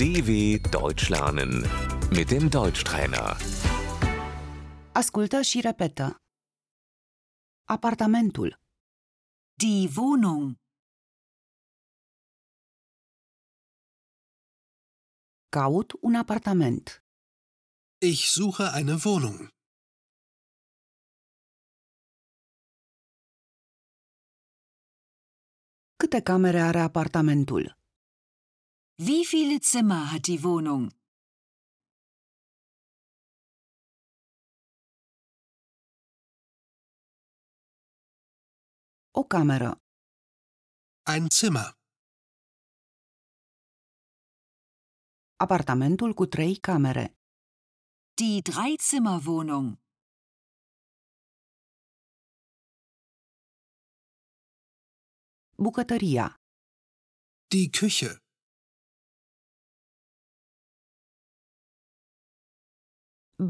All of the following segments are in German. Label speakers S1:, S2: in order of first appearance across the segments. S1: DW Deutsch lernen mit dem Deutschtrainer.
S2: Ascultă și repetă. Apartamentul.
S3: Die Wohnung,
S2: Caut un apartament.
S4: Ich suche eine Wohnung.
S2: Câte camere are apartamentul?
S3: wie viele Zimmer hat die Wohnung?
S2: O cameră.
S4: Ein Zimmer.
S2: Apartamentul cu trei camere.
S3: Die Dreizimmerwohnung,
S2: Bucătăria.
S4: Die Küche.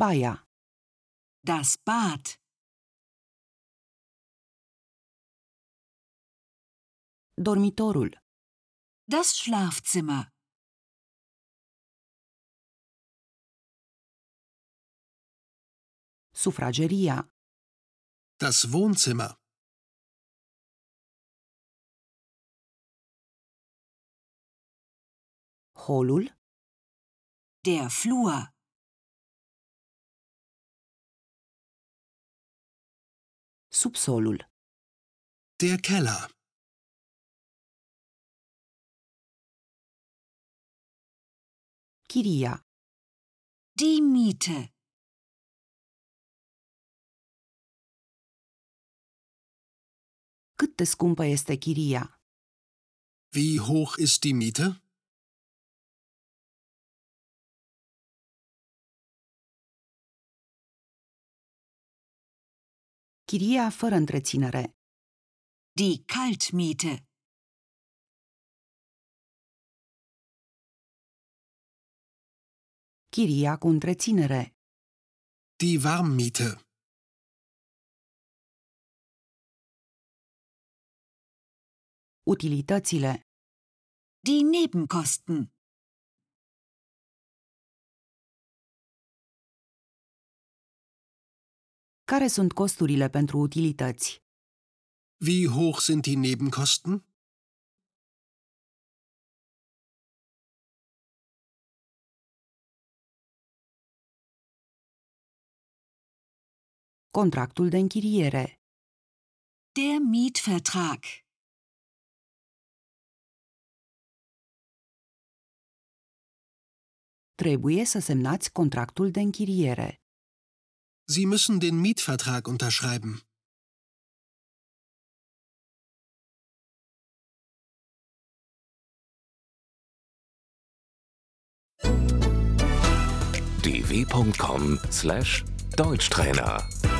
S2: Baia.
S3: das Bad,
S2: Dormitorul.
S3: das Schlafzimmer,
S2: Sufrageria.
S4: Das Wohnzimmer.
S2: Holul.
S3: der Flur,
S2: Subsolul.
S4: Der Keller.
S2: Chiria.
S3: die Miete,
S2: Cât de scumpă este chiria?
S4: Wie hoch ist die Miete?
S2: Chiria fără întreținere.
S3: die Kaltmiete,
S2: Chiria cu întreținere.
S4: Die Warmmiete.
S2: Utilitățile.
S3: die Nebenkosten.
S2: Care sunt costurile pentru utilități?
S4: Wie hoch sind die Nebenkosten?
S2: Contractul de închiriere.
S3: Der Mietvertrag,
S2: Trebuie să semnați contractul de închiriere.
S4: Sie müssen den Mietvertrag unterschreiben.
S1: dw.com/deutschtrainer